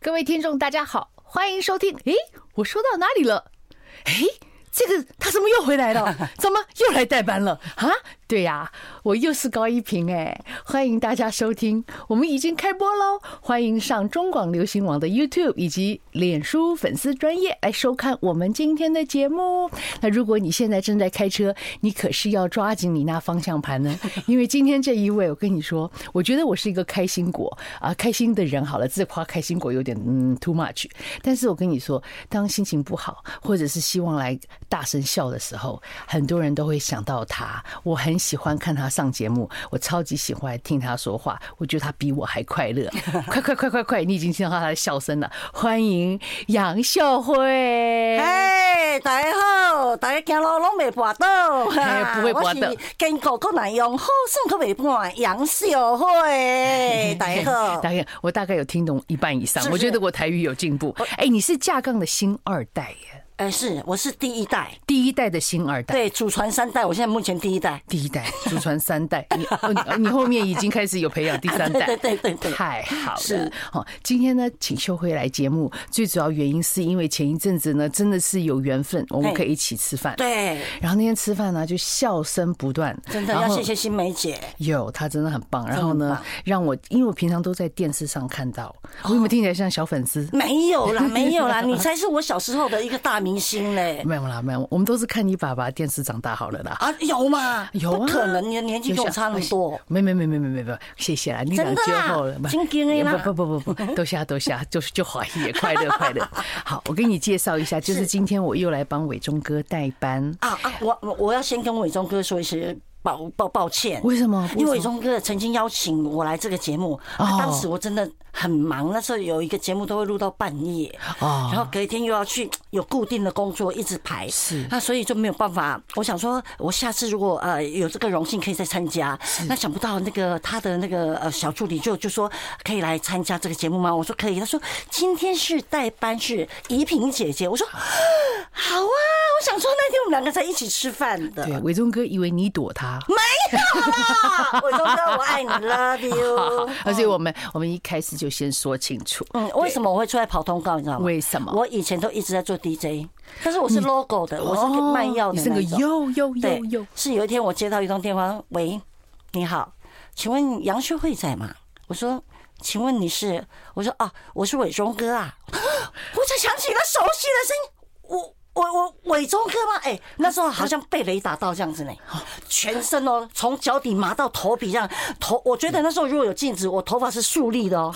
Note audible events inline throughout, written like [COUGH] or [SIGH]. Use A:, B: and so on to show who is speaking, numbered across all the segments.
A: 各位听众，大家好，欢迎收听。诶，我说到哪里了？诶，这个他怎么又回来 [LAUGHS] 了？怎么又来代班了？啊，对呀、我又是高一平哎，欢迎大家收听，我们已经开播喽，欢迎上中广流行网的 YouTube 以及脸书粉丝专业来收看我们今天的节目。那如果你现在正在开车，你可是要抓紧你那方向盘 [LAUGHS] 呢，因为今天这一位，我跟你说，我觉得我是一个开心果啊，开心的人好了，自夸开心果有点嗯 too much，但是我跟你说，当心情不好或者是希望来大声笑的时候，很多人都会想到他。我很喜欢看他上节目，我超级喜欢听他说话，我觉得他比我还快乐。快快快快快！你已经听到他的笑声了，欢迎杨秀慧。
B: 哎，大家好，大家行路拢袂跋倒，
A: 嘿不会
B: 我
A: 跌倒
B: 是坚固搁难用，好算搁袂半杨秀慧，
A: [LAUGHS]
B: 大家好。
A: 大概我大概有听懂一半以上，
B: 是不
A: 我
B: 是
A: 觉得我台语有进步。哎、你是架杠的新二代耶，
B: 哎，是，我是第一代，
A: 第一代的新二代，
B: 对，祖传三代，我现在目前第一代。
A: 第一代祖传三代，你呃你后面已经开始有培养第三代，
B: [LAUGHS] 对对对对对
A: 太好了
B: 是。
A: 好，今天呢，请秀慧来节目，最主要原因是因为前一阵子呢，真的是有缘分，我们
B: 嘿
A: 可以一起吃饭。。
B: 对，
A: 然后那天吃饭呢，就笑声不断，
B: 真的
A: 然
B: 要
A: 后
B: 谢谢新梅姐。
A: 有，他真的很棒。然后
B: 真的
A: 呢
B: 很棒，哦
A: 让我因为我平常都在电视上看到，我有没有听起来像小粉丝？
B: 没
A: [LAUGHS]
B: 有啦，没有啦，你才是我小时候的一个大明星嘞！
A: 没有啦，没有，我们都是看你爸爸电视长大好了啦。
B: 啊，有嘛？
A: 有啊
B: 不可能，你的年纪跟我差那么多。
A: 没没没没没没没，谢谢啦，你俩
B: 真的
A: 就
B: 啦
A: 好了，不
B: 真啊经的啦
A: 不不不不不，都下都下，就是就怀疑快乐快
B: [LAUGHS]
A: 乐。好，我给你介绍一下，就是
B: 是
A: 今天我又来帮伟忠哥代班，
B: 啊啊！我我我要先跟伟忠哥说一声抱抱抱歉，
A: 为什么？
B: 因为
A: 为
B: 伟
A: 什么哦
B: 忠哥曾经邀请我来这个节目，啊当时我真的很忙，那时候有一个节目都会录到半夜，
A: 哦
B: 然后隔一天又要去有固定的工作一直排，
A: 是
B: 那所以就没有办法。我想说，我下次如果呃有这个荣幸可以再参加，那想不到那个他的那个呃小助理就就说可以来参加这个节目吗？我说可以，他说今天是代班是怡萍姐姐，我说好啊，我想说那天我们两个在一起吃饭的，
A: 对，伟忠哥以为你躲他，
B: 啊我忠哥我爱你，love you。
A: 而且啊我们我们一开始就先说清楚，
B: 嗯，为什么我会出来跑通告？你知道吗？
A: 为什么
B: 我以前都一直在做 DJ，但是我是 logo 的，我是
A: 哦
B: 卖药
A: 你
B: 的
A: 是个
B: 那种。
A: 又又又
B: 对
A: 又，，
B: 是有一天我接到一通电话，喂，你好，请问杨秀慧在吗？我说，请问你是？我说啊，我是伟忠哥啊。 [GASPS] 我才想起那熟悉的声音，我。我我伟忠哥吗？哎、那时候好像被雷打到这样子呢，全身哦，从脚底麻到头皮这样，头我觉得那时候如果有镜子，我头发是竖立的哦。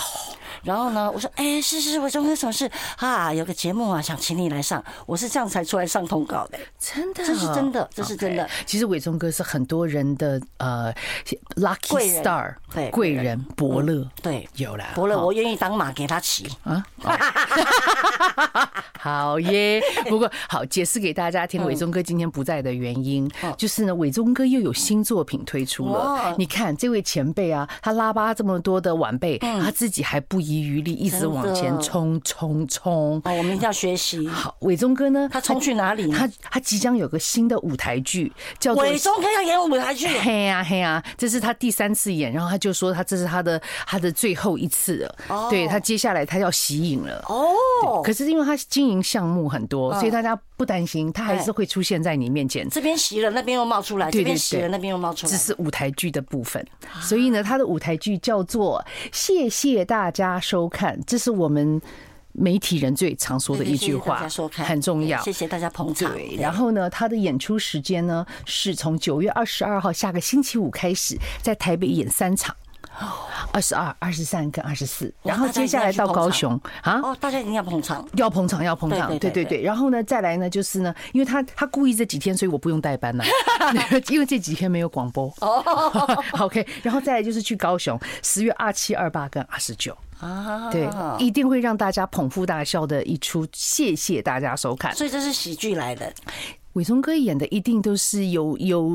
B: 然后呢，我说哎、是是是，伟忠哥什么事啊？有个节目啊，想请你来上，我是这样才出来上通告的。啊
A: 真的，
B: 这是真的这是真的
A: OK，其实伟忠哥是很多人的呃 lucky
B: 贵人
A: star，
B: 对
A: 贵人伯乐，
B: 对，
A: 有啦，
B: 伯乐，
A: 哦
B: 我愿意当马给他骑。
A: 啊，哦好耶！不过好，解释给大家听，伟忠哥今天不在的原因，
B: 嗯哦
A: 就是呢，伟忠哥又有新作品推出了
B: 哇。
A: 你看这位前辈啊，他拉巴这么多的晚辈，
B: 嗯
A: 他自己还不遗余力，一直
B: 真的
A: 往前冲冲冲。
B: 哦，我们一定要学习。
A: 好，伟忠哥呢？
B: 他冲去哪里呢
A: 他他即将有个新的舞台剧，叫做
B: 伟忠哥要演舞台剧，
A: 嘿呀、嘿呀、这是他第三次演，然后他就说他这是他的他的最后一次了，
B: 哦
A: 对他接下来他要息影了。
B: 哦，嗯
A: 可是因为他经营项目很多，所以大家不担心，他还是会出现在你面前。
B: 这边洗了，那边又冒出来，
A: 对对
B: 这边洗
A: 对
B: 了，那边又冒出来
A: 只。是舞台剧的部分，所以呢，他的舞台剧叫做“谢谢大家收看”，这是我们媒体人最常说的一句
B: 对对谢谢大
A: 话
B: 家收，看
A: 很重要
B: 对。谢谢大家捧场。
A: 对，然后呢，他的演出时间呢是从九月二十二号下个星期五开始，在台北演三场，
B: 哦
A: 二十二、二十三跟二十四，然后接下来到高雄啊。
B: 哦，大家一定要捧场。
A: 要捧场，要捧场，对
B: 对
A: 对
B: 对对
A: 对。然后呢，再来呢，就是呢，因为他他故意这几天，所以我不用代
B: [LAUGHS]
A: 班了，因为这几天没有广播。哦 [LAUGHS] ，OK。然后再来就是去高雄，十月二七、二八跟二十九，
B: 啊，
A: 对，一定会让大家捧腹大笑的一出。谢谢大家收看。
B: 所以这是喜剧来的，
A: 伟忠哥演的一定都是有有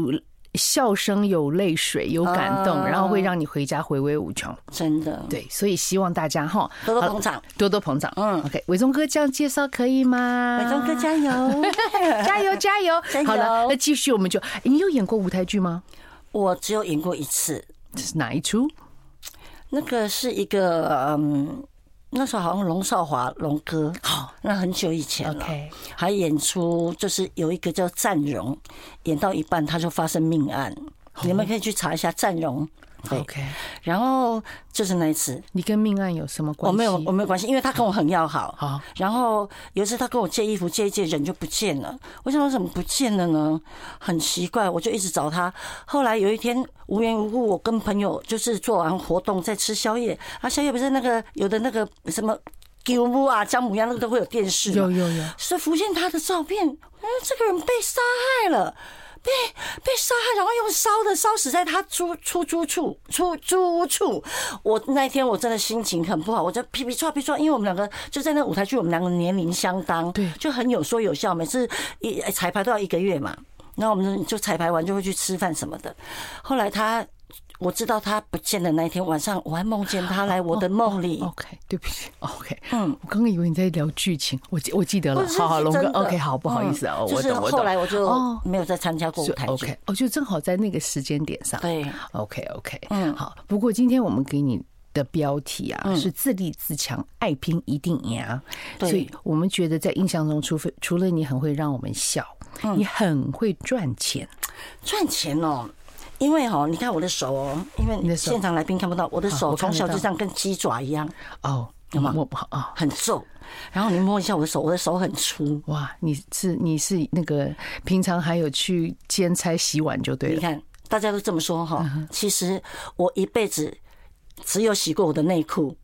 A: 笑声、有泪水、有感动，
B: 啊
A: 然后会让你回家回味无穷。
B: 真的。
A: 对，所以希望大家哈
B: 多多捧场，
A: 多多捧场。嗯，OK，伟忠哥这样介绍可以吗？
B: 伟忠哥加油！
A: [LAUGHS] 加油加油！
B: 加油
A: 好了，那继续我们就，诶你有演过舞台剧吗？
B: [LAUGHS] 我只有演过一次，
A: 这是哪一出？
B: 那个是一个嗯那时候好像龙少华龙哥，
A: 哦
B: 好，那很久以前了。
A: OK
B: 还演出就是有一个叫战荣，演到一半他就发生命案，你们可以去查一下战荣。对
A: OK，
B: 然后就是那一次，
A: 你跟命案有什么关
B: 我
A: 系？
B: 没有我没有关系，因为他跟我很要好。
A: 好
B: 然后有一次他跟我借衣服，借一借人就不见了。我想说怎么不见了呢？很奇怪，我就一直找他。后来有一天无缘无故，我跟朋友就是做完活动在吃宵夜，啊，宵夜不是那个有的那个什么。丢木啊，姜母鸭那个都会有电视嘛，
A: 有有有
B: 是浮现他的照片，嗯，这个人被杀害了，被被杀害，然后用烧的烧死在他租出租处出租屋处。我那一天我真的心情很不好，我就皮皮抓皮抓，因为我们两个就在那舞台剧，我们两个年龄相当，
A: 对
B: 就很有说有笑，每次一彩排都要一个月嘛。然后我们就彩排完就会去吃饭什么的。后来他。我知道他不见的那一天晚上，我还梦见他来我的梦里。
A: OK，对不起，OK，
B: 嗯
A: 我刚刚以为你在聊剧情，我记我记得了，
B: 哦不是
A: 哦好好，
B: 是
A: 龙哥
B: 真的
A: ，OK，好，不好意思啊，
B: 嗯
A: 哦
B: 就
A: 我
B: 是
A: 懂，我懂
B: 后来我就
A: 哦
B: 没有再参加过舞
A: 就
B: 台剧。
A: OK，哦，就正好在那个时间点上，
B: 对
A: ，OK OK，
B: 嗯
A: 好。不过今天我们给你的标题啊是自立自强，爱拼一定赢啊。
B: 对
A: 所以我们觉得在印象中，除非除了你很会让我们笑，
B: 嗯
A: 你很会赚钱，
B: 赚钱哦，因为哦，你看我的手哦，因
A: 你
B: 为
A: 的手
B: 现场来宾看不到，我的
A: 啊
B: 手
A: 我看
B: 从
A: 得
B: 小就
A: 到
B: 这样跟鸡爪一样，
A: 哦，
B: 有吗
A: 摸不好啊。
B: 很皱。然后你摸一下我的手，我的手很粗。
A: 哇，你是你是那个平常还有去兼差洗碗就对嗯
B: 你
A: 了，
B: 看，大家都这么说哈、其实我一辈子只有洗过我的内裤，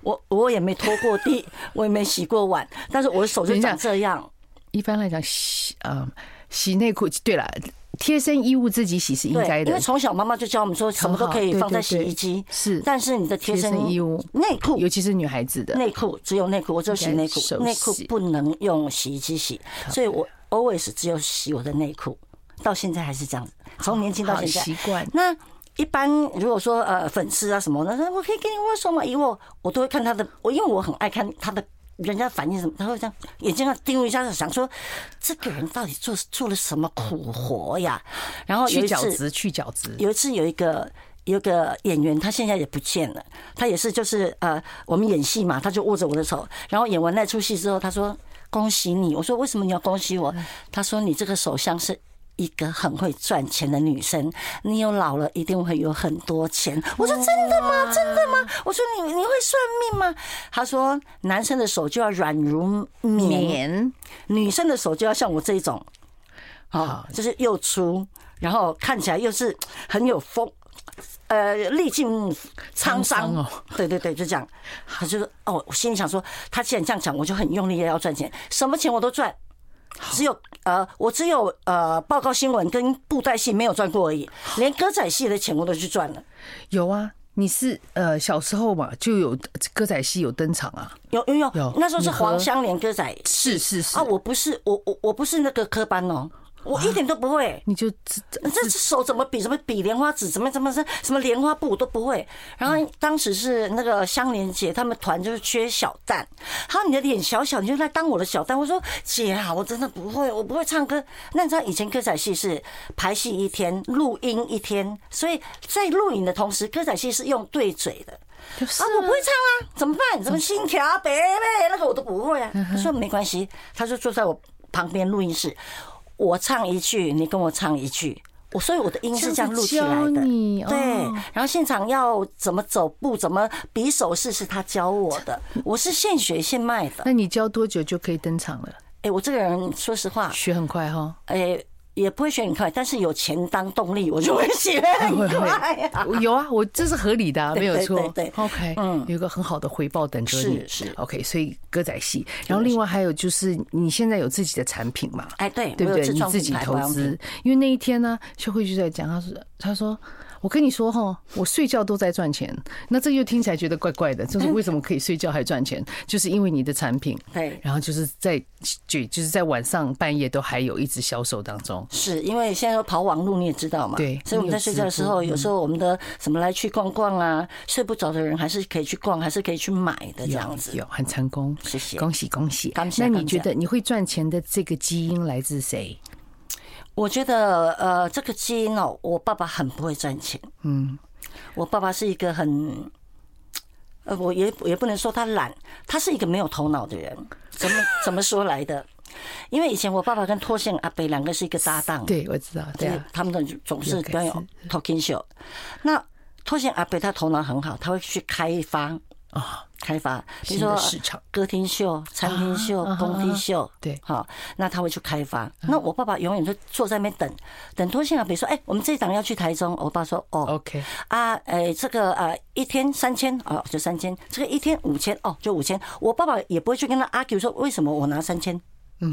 B: 我我也没拖过
A: [LAUGHS]
B: 地，我也没洗过碗，但是我的手就
A: 等一下
B: 长这样。
A: 一般来讲洗呃洗内裤，对了，贴身衣物自己洗是应该
B: 对，因
A: 的
B: 为，从小妈妈就教我们说，什么都可以
A: 很好
B: 放在洗
A: 对对对
B: 衣机，
A: 是
B: 但是你的贴
A: 贴
B: 身
A: 身衣物
B: 内裤
A: 尤其是女孩子的。
B: 内裤只有内裤，我只有洗内
A: 应该
B: 裤
A: 手，洗
B: 内裤不能用洗衣机洗，所以我 always 只有洗我的内裤，到现在还是这样子，从年轻到现在
A: 好习惯
B: 那一般如果说呃粉丝啊什么的，那我可以给你握手吗？以我我都会看他的，我因为我很爱看他的。人家反应什么？他会这样眼睛要盯一下，想说这个人到底做做了什么苦活呀？然后
A: 去
B: 有一
A: 角
B: 次，
A: 质，去角质。
B: 有一次有一个有一个演员，他现在也不见了，他也是就是呃，我们演戏嘛，他就握着我的手，然后演完那出戏之后，他说恭喜你，我说为什么你要恭喜我？他说你这个手相是。一个很会赚钱的女生，你有老了一定会有很多钱。我说真的吗？真的吗？我说你你会算命吗？他说男生的手就要软如棉，
A: 棉
B: 女生的手就要像我这一种，啊，就是又粗，然后看起来又是很有风，呃，历尽沧
A: 沧桑
B: 桑
A: 哦。
B: 对对对，就这样。他就说，哦，我心里想说，他既然这样讲，我就很用力的要赚钱，什么钱我都赚。只有呃，我只有呃，报告新闻跟布袋戏没有赚过而已，连歌仔戏的钱我都去赚了。
A: 有啊，你是呃小时候嘛就有歌仔戏有登场啊，
B: 有有
A: 有
B: 有，那时候是
A: 你和
B: 黄香莲歌仔
A: 是是是
B: 啊，我不是我我我不是那个科班哦，我一点都不会。
A: 你就呃自
B: 这手怎么比？什么比莲花指？怎么怎么是什么莲花步我都不会。然后当时是那个香莲姐，他们团就是缺小蛋，她说你的脸小小，你就来当我的小蛋。我说姐啊，我真的不会，我不会唱歌。那你知道以前歌仔戏是排戏一天，录音一天，所以在录影的同时，歌仔戏是用对嘴的。
A: 就是
B: 啊，我不会唱啊，怎么办？什么心跳啊，北北那个我都不会啊。他说没关系，他就坐在我旁边录音室，我唱一句，你跟我唱一句。我所以我的音是这样录起来
A: 这样子
B: 的，
A: 教你哦
B: 对。然后现场要怎么走步，怎么比手势是他教我
A: [LAUGHS]
B: 的，我是现学现卖的。
A: 那你教多久就可以登场了？
B: 哎，我这个人说实话，
A: 学很快
B: [LAUGHS]
A: 哈，
B: 哎，也不会学很快，但是有钱当动力，我就会学很
A: [LAUGHS] 会
B: 快啊。
A: 会有啊，我这是合理的、啊，
B: 对
A: 没有错。
B: 对对对
A: OK，嗯，有一个很好的回报等着你。
B: 是是
A: OK，所以歌仔戏，然后另外还有就是你现在有自己的产品嘛？
B: 哎，对，
A: 对不
B: 我有
A: 对？
B: 自
A: 你
B: 创
A: 自
B: 品
A: 己
B: 牌
A: 投
B: 保养品
A: 资，因为那一天呢，秀慧就在讲，她说，她说，我跟你说哈，我睡觉都在赚钱，那这又听起来觉得怪怪的，就是为什么可以睡觉还赚钱，就是因为你的产品，
B: 对
A: 然后就是在就就是在晚上半夜都还有一直销售当中，
B: 是因为现在都跑网路，你也知道嘛。
A: 对
B: 所以我们在睡觉的时候，有时候我们的什么来去逛逛啊，睡不着的人还是可以去逛，还是可以去买的这样子。
A: 有很成功，
B: 谢谢
A: 恭喜恭喜
B: 感。谢
A: 那你
B: 感谢嗯
A: 觉得你会赚钱的这个基因来自谁？
B: 我觉得呃，这个基因哦，我爸爸很不会赚钱。嗯，我爸爸是一个很呃，我也也不能说他懒，他是一个没有头脑的人。怎么 [LAUGHS] 怎么说来的？因为以前我爸爸跟脱线阿北两个是一个搭档，
A: 对，我知道，对
B: 就是
A: 啊，
B: 他们的总是表演
A: 有感
B: talking show。那脱线阿北他头脑很好，他会去开发
A: 啊，
B: 开发，比
A: 新
B: 如说
A: 的市场
B: 歌厅秀、餐厅秀、
A: 啊
B: 工
A: 啊
B: 地秀，
A: 对嗯
B: 好，那他会去开发。那我爸爸永远就坐在那边等，等脱线阿北说：“哎，我们这一档要去台中。”我爸说：“哦
A: OK，
B: 啊，呃，这个呃，一天三千哦，就三千；这个一天五千哦，就五千。我爸爸也不会去跟他 argue 说为什么我拿三千，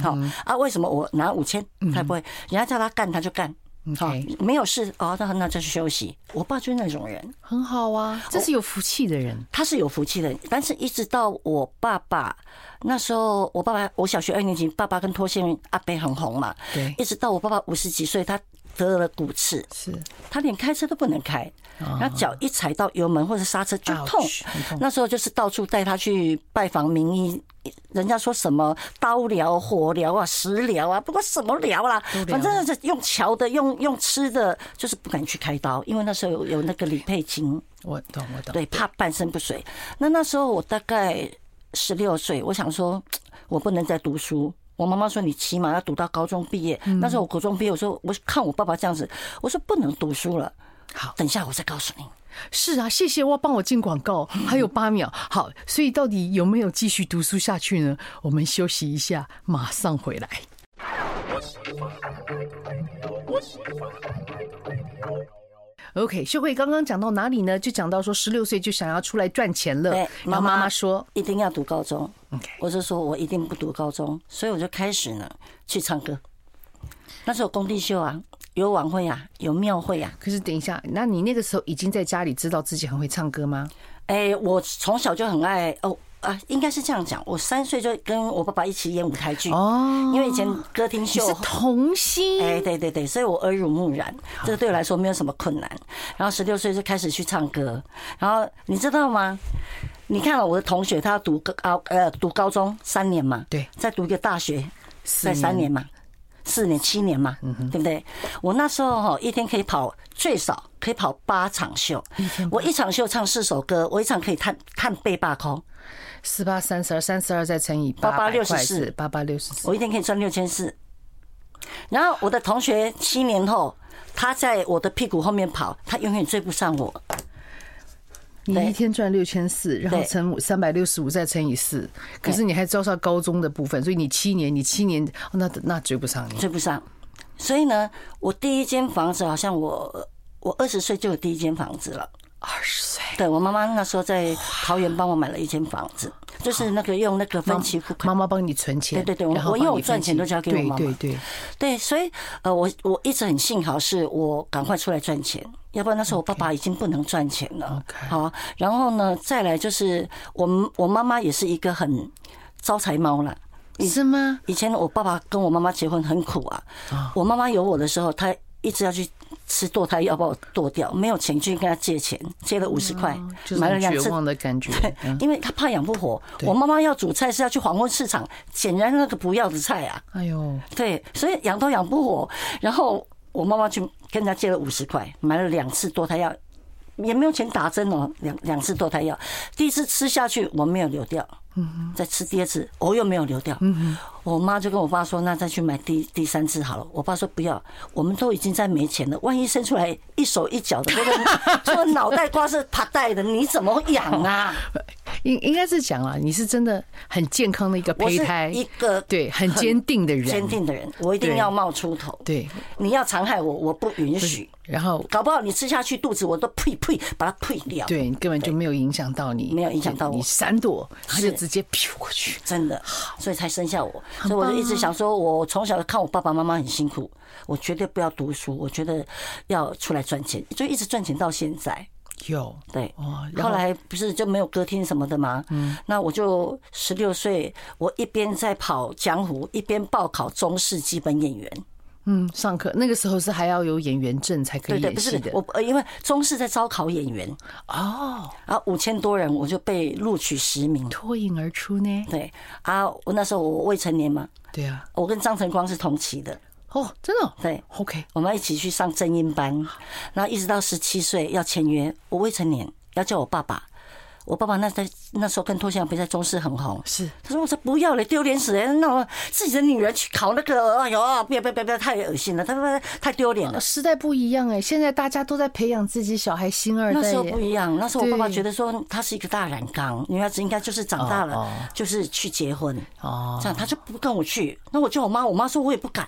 B: 好啊，为什么我拿五千，他不会，人家叫他干他就干。好
A: OK，
B: 没有事哦，那那就去休息。我爸就是那种人，
A: 很好啊，这是有福气的人，
B: 他是有福气的，但是一直到我爸爸那时候，我爸爸我小学二年级，爸爸跟脱线阿伯很红嘛，
A: 对
B: 一直到我爸爸五十几岁，他得了骨刺，
A: 是
B: 他连开车都不能开，
A: 啊
B: 然后脚一踩到油门或者刹车就痛
A: Ouch，很痛。
B: 那时候就是到处带他去拜访名医，人家说什么刀疗、火疗啊、食疗啊，不过什么疗啦
A: 都，疗
B: 反正是用瞧的、用用吃的，就是不敢去开刀，因为那时候有有那个理配金，
A: 我懂，我懂，
B: 对，怕半身不遂。那那时候我大概十六岁，我想说，我不能再读书。我妈妈说你起码要读到高中毕业。
A: 嗯
B: 那时候我高中毕业，我说我看我爸爸这样子，我说不能读书了。
A: 好
B: 等一下我再告诉你。
A: 是啊，谢谢哇，帮我进广 [LAUGHS] 告，还有八秒，好，所以到底有没有继续读书下去呢？我们休息一下，马上回来。OK，秀慧刚刚讲到哪里呢？就讲到说十六岁就想要出来赚钱了，
B: 对
A: 然后妈
B: 妈
A: 妈
B: 妈
A: 说
B: 一定要读高中，
A: ，OK，
B: 我就说我一定不读高中，所以我就开始呢去唱歌。那时候工地秀啊，有晚会啊，有庙会啊。
A: 可是等一下，那你那个时候已经在家里知道自己很会唱歌吗？
B: 哎、我从小就很爱哦啊，应该是这样讲，我三岁就跟我爸爸一起演舞台剧，
A: 哦，
B: 因为以前歌厅
A: 你是
B: 秀。
A: 童星，
B: 哎，对对对，所以我耳濡目染，这个对我来说没有什么困难。然后十六岁就开始去唱歌，然后你知道吗？你看哦了我的同学，他要读高呃读高中三年嘛，
A: 对
B: 再读一个大学，
A: 四
B: 在三年嘛，四年七年嘛，对不对？我那时候哈哦一天可以跑最少可以跑八场秀，我一场秀唱四首歌，我一场可以探探背霸空，
A: 四八三十二，三十二再乘以八
B: 88 64
A: 八八六十四。
B: 我一天可以赚六千四。然后我的同学七年后，他在我的屁股后面跑，他永远追不上我。
A: 你一天赚六千四，然后
B: 对
A: 乘三百六十五再乘以四，可是你还招上高中的部分，所以你七年，你七年哦那那追不上你。
B: 追不上。所以呢，我第一间房子好像我我二十岁就有第一间房子了。
A: 二十岁，
B: 对我妈妈那时候在桃园帮我买了一间房子，就是那个用那个分期付款。
A: 妈妈帮你存钱，
B: 对对对我
A: 然后
B: 我因为
A: 帮你
B: 我赚
A: 分期
B: 钱都交给我妈妈
A: 对对对，
B: 对，所以呃，我我一直很幸好是我赶快出来赚钱，要不然那时候我爸爸已经不能赚钱了。
A: OK
B: 好，然后呢，再来就是我们我妈妈也是一个很招财猫啦。
A: 是吗？
B: 以前我爸爸跟我妈妈结婚很苦啊，我妈妈有我的时候，她一直要去吃堕胎药把我堕掉，没有钱去跟她借钱，借了五十块
A: 嗯就，是
B: 买了
A: 很
B: 两
A: 绝
B: 次。
A: 望的感觉。
B: [LAUGHS]
A: 嗯
B: 因为她怕养不活，
A: 对
B: 我妈妈要煮菜是要去黄昏市场捡人家那个不要的菜啊，
A: 哎呦，
B: 对，所以养都养不活。然后我妈妈去跟人家借了五十块，买了两次堕胎药，也没有钱打针哦，两两次堕胎药。第一次吃下去我没有流掉，
A: 嗯
B: 再吃第二次我又没有流掉。我妈就跟我爸说，那再去买第第三次好了。我爸说不要，我们都已经在没钱了，万一生出来一手一脚的，
A: [LAUGHS]
B: 这个这个脑袋瓜是爬带的，你怎么养啊？
A: 应应该是讲啊，你是真的很健康的一个
B: 我
A: 哦胚
B: 是
A: 胎，
B: 一个
A: 对很坚定的人，
B: 坚定的人，我一定
A: 对
B: 要冒出头。
A: 对，
B: 你要残害我，我不允许。
A: 然后
B: 搞不好你吃下去肚子我都呸呸把它呸掉。，
A: 对你根本就没有影响到你，
B: 没有影响到我
A: 你闪躲，他就是直接飘过去。
B: 真的，所以才生下我。所以
A: 棒啊
B: 我就一直想说，我从小看我爸爸妈妈很辛苦，我绝对不要读书，我觉得要出来赚钱，就一直赚钱到现在。
A: 有
B: 对，
A: 哦，然
B: 后
A: 后
B: 来不是就没有歌厅什么的吗？嗯，那我就十六岁，我一边在跑江湖，一边报考中式基本演员。
A: 嗯，上课那个时候是还要有演员证才可
B: 对
A: 以
B: 对，
A: 演
B: 不
A: 戏
B: 是
A: 的
B: 我，呃因为中式在招考演员，
A: 哦，
B: 然后五千多人，我就被录取十名。
A: 脱颖而出呢。
B: 对啊，我那时候我未成年嘛，
A: 对啊，
B: 我跟张晨光是同期的，
A: 哦，真的哦
B: 对，
A: ，OK，
B: 我们一起去上正音班，然后一直到十七岁要签约，我未成年，要叫我爸爸。我爸爸那在那时候跟脱线比在中视很红，
A: 是
B: 他说我说不要了，丢脸死人！那我自己的女人去考那个，哎呦，不要不要不要不要，太恶心了，他他太丢脸了。
A: 时代不一样哎，现在大家都在培养自己小孩心二代耶。
B: 那时候不一样，那时候我爸爸
A: 对
B: 觉得说他是一个大染缸，女孩子应该就是长大
A: 哦哦
B: 了就是去结婚，
A: 哦
B: 这，样他就不跟我去。那我叫我妈，我妈说我也不敢。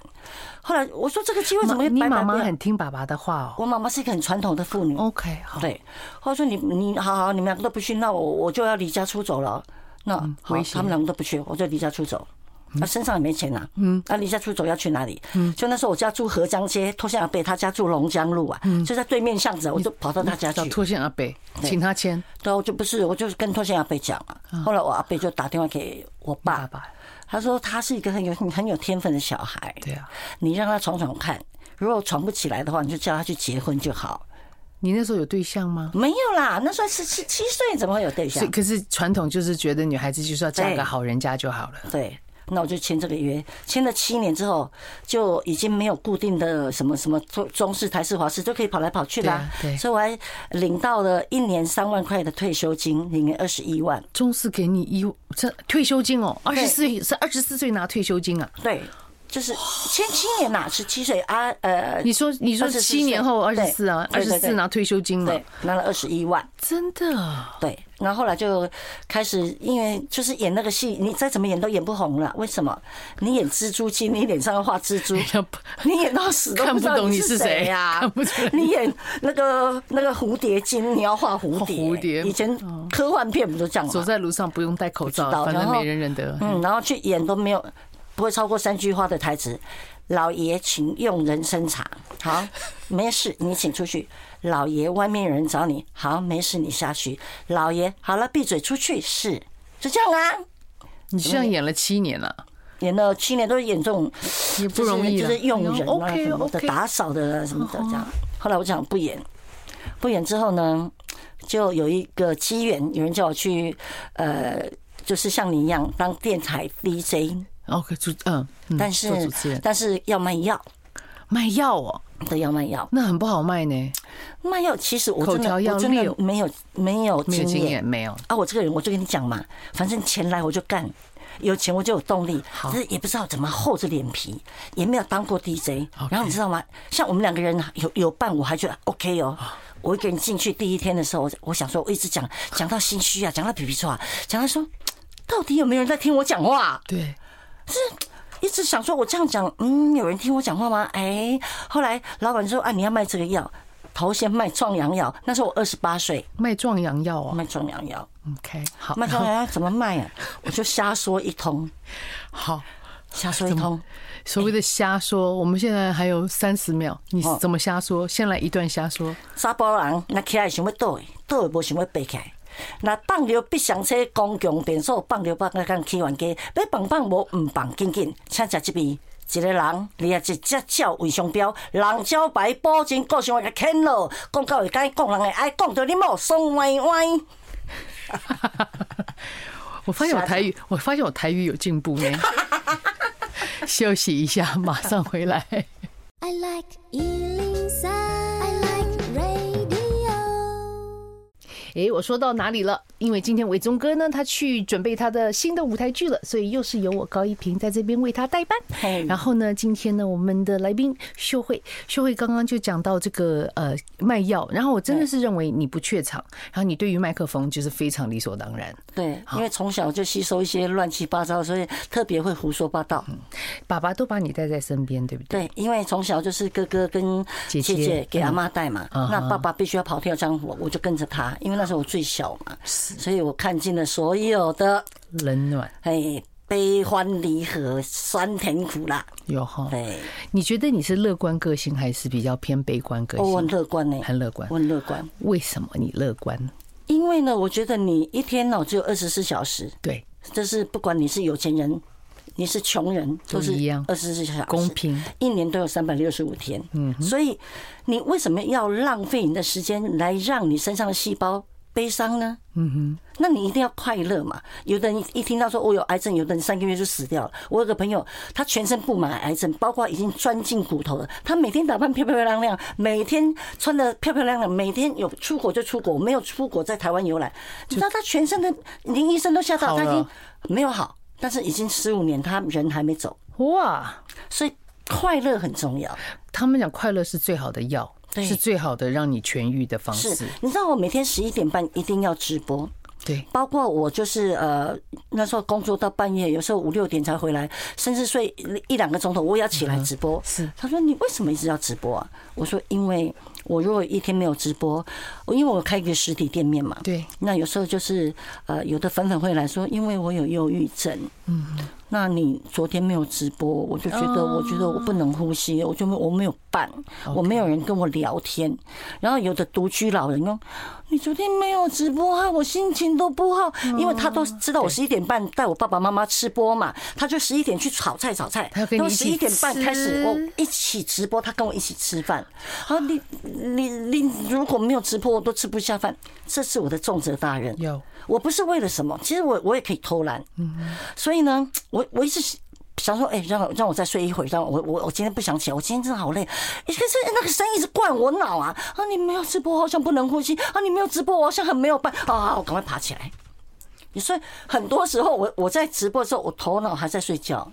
B: 后来我说这个机会怎么
A: 妈
B: 会
A: 你
B: 白
A: 妈
B: 白
A: 妈
B: 不要
A: 很哦听爸爸的话哦。
B: 我妈妈是一个很传统的妇女，
A: OK，好，
B: 对，后来说你你好好，你们两个都不去，那我我就要离家出走了。那好
A: 嗯危，险
B: 他们两个都不去，我就离家出走。那、身上也没钱呐、嗯，那、离家出走要去哪里？嗯，就那时候我家住河江街，脱下来被他家住龙江路啊，
A: 嗯
B: 就在对面巷子啊，我就跑到他家去
A: 找。脱线阿北，
B: 对
A: 请他签
B: 对啊，我就不是，我就是跟脱线阿贝讲啊。
A: 嗯
B: 后来我阿贝就打电话给我
A: 爸
B: 爸，
A: 爸。
B: 他说他是一个很有很有天分的小孩，
A: 对啊，
B: 你让他闯闯看，如果闯不起来的话，你就叫他去结婚就好。
A: 你那时候有对象吗？
B: 没有啦，那时候十七七岁，怎么会有对象
A: 是，？可是传统就是觉得女孩子就是要嫁
B: 对
A: 个好人家就好了。
B: 对，那我就签这个约，签了七年之后，就已经没有固定的什么什么中中式、台式、华式，都可以跑来跑去啦。
A: 对啊对
B: 所以我还领到了一年三万块的退休金，领二十一万。
A: 中视给你一这退休金哦，二十四是二十四岁拿退休金啊？
B: 对，就是签七年呐、十七岁啊，呃，
A: [LAUGHS] 你说你说
B: 24
A: 七年后二
B: 岁
A: 十四啊，二
B: 对
A: 十
B: 对对
A: 四拿退休金了
B: 对，，拿了二十一万。
A: 真的 [LAUGHS] 啊
B: 对，然后后来就开始，因为就是演那个戏，你再怎么演都演不红了。为什么？你演蜘蛛精，你脸上要画蜘蛛，你演到死都
A: 看不
B: 知道
A: 懂你
B: 你
A: 是
B: 是
A: 谁啊
B: 谁呀、
A: 哎看不出来
B: 你演那个那个蝴蝶精，你要画蝴蝶。
A: 蝴蝶哦
B: 以前科幻片不都这样
A: 走
B: 吗？
A: 在路上不用戴口
B: 知
A: 罩，
B: 道
A: 反
B: 然
A: 正
B: 后
A: 没人认得。
B: 嗯，然后去演都没有，不会超过三句话的台词。老爷，请用人参茶。
A: [LAUGHS]
B: 好，没事，你请出去。老爷，外面有人找你。好，没事，你下去。老爷，好了，闭嘴，出去。是，就这样啊。
A: 你这样演了七年了，
B: 演了七年都演这种，
A: 也不容易
B: 就
A: 啊。
B: 是就是用人啊
A: ，OK
B: 什么的，
A: OK，哦
B: 打扫的啊什么的这样。后来我讲不演，不演之后呢，就有一个机缘，有人叫我去，呃，就是像你一样当电台 DJ，
A: OK 主嗯，嗯
B: 但是
A: 做主持人
B: 但是要卖药，
A: 卖药哦，
B: 对，要卖药，
A: 那很不好卖呢，
B: 卖药其实我
A: 口
B: 真的
A: 条要
B: 我真的
A: 溜
B: 没有没有
A: 没有
B: 经
A: 经
B: 验
A: 验没有。
B: 啊，我这个人我就跟你讲嘛，反正钱来我就干。有钱我就有动力，
A: 好
B: 但是也不知道怎么厚着脸皮，也没有当过 DJ。然后你知道吗？像我们两个人有有伴，我还觉得 OK 哦。
A: 啊
B: 我一个人进去第一天的时候，我我想说，我一直讲讲到心虚啊，讲到皮皮臭啊，讲到说，到底有没有人在听我讲话啊、
A: 对，
B: 一直想说，我这样讲，嗯，有人听我讲话吗？哎，后来老板说，啊，你要卖这个药，头先卖壮阳药。那时候我二十八岁，
A: 卖壮阳药哦。
B: 卖壮阳药，
A: OK，好，
B: 卖壮阳药怎么卖啊？我就瞎说一通，
A: 好。
B: 瞎说一通。
A: 所谓的瞎说，我们现在还有三十秒，你
B: 哦
A: 怎么瞎说？先来一段瞎说。
B: 查甫人若起来想要倒的，倒的无想要爬起来。若放尿必上车，公共便所放尿放到间起冤家，要放放无毋放，紧紧，请食一味。一个人，你啊一只鸟为商标，人招牌保证个性话甲牵落，讲到会解讲人会爱，讲到你某爽歪歪。
A: 我发现我台语，我发现我台语有进 [LAUGHS] 步呢。休息一下，马上回来。
C: I like Ealing Sound. I like radio.
A: 诶，我说到哪里了？因为今天伟忠哥呢，他去准备他的新的舞台剧了，所以又是由我高一平在这边为他代班。
B: 嘿
A: 然后呢，今天呢，我们的来宾秀慧，秀慧刚刚就讲到这个呃卖药，然后我真的是认为你不怯场，然后你对于麦克风就是非常理所当然。
B: 对，因为从小就吸收一些乱七八糟，所以特别会胡说八道。
A: 爸爸都把你带在身边，对不对？
B: 对，因为从小就是哥哥跟
A: 姐姐
B: 姐姐给阿妈带嘛，
A: 嗯
B: 那爸爸必须要跑跳江湖，我就跟着他，因为那时候我最小嘛，所以我看尽了所有的
A: 冷暖
B: 哎悲欢离合、酸甜苦辣。
A: 有哈。
B: 对，
A: 你觉得你是乐观个性，还是比较偏悲观个
B: 哦我很
A: 性？
B: 乐观呢，
A: 很乐观
B: 我很乐观，
A: 为什么你乐观？
B: 因为呢，我觉得你一天呢只有二十四小时，
A: 对，
B: 就是不管你是有钱人，你是穷人，
A: 都
B: 都是
A: 一样
B: 二十四小时
A: 公平，
B: 一年都有三百六十五天。嗯，所以你为什么要浪费你的时间来让你身上的细胞悲伤呢？嗯哼，那你一定要快乐嘛。有的人一一听到说哦我有癌症，有的人三个月就死掉了。我有个朋友，他全身布满癌症，包括已经钻进骨头了。他每天打扮漂漂亮亮，每天穿的漂漂亮亮，每天有出国就出国，没有出国在台湾游览。你知道他全身的，连医生都吓到，
A: 好了
B: 他已经没有好，但是已经十五年，他人还没走，
A: 哇，
B: 所以快乐很重要。
A: 他们讲快乐是最好的药，
B: 对
A: 是最好的让你痊愈的方
B: 是
A: 式。，
B: 你知道我每天十一点半一定要直播。
A: 对，
B: 包括我就是呃那时候工作到半夜，有时候五六点才回来，甚至睡一两个钟头，我也要起来直播。
A: 是
B: 他说你为什么一直要直播啊？我说因为我如果一天没有直播，我因为我开一个实体店面嘛，
A: 对，
B: 那有时候就是呃有的粉粉会来说，因为我有忧郁症，嗯，那你昨天没有直播，我就觉得
A: 哦
B: 我觉得我不能呼吸，我就没我没有伴，我没有人跟我聊天，然后有的独居老人哦，你昨天没有直播，害我心情都不好，因为他都
A: 哦
B: 知道我十一点半带我爸爸妈妈吃播嘛，他就十一点去炒菜炒菜，
A: 他要跟你一
B: 十
A: 起
B: 一点半开始哦
A: 吃
B: 我一起直播，他跟我一起吃饭。好，你你你如果没有直播，我都吃不下饭，这是我的重责大人。
A: 有
B: 我不是为了什么，其实我我也可以偷懒，所以呢，我我一直想说，哎、让我让我再睡一会儿，让我我我今天不想起来，我今天真的好累，可是哎那个声音一直灌我脑啊啊！你没有直播，我好像不能呼吸啊！你没有直播，我好像很没有办啊！我赶快爬起来。所以很多时候我，我在直播的时候，我头脑还在睡觉。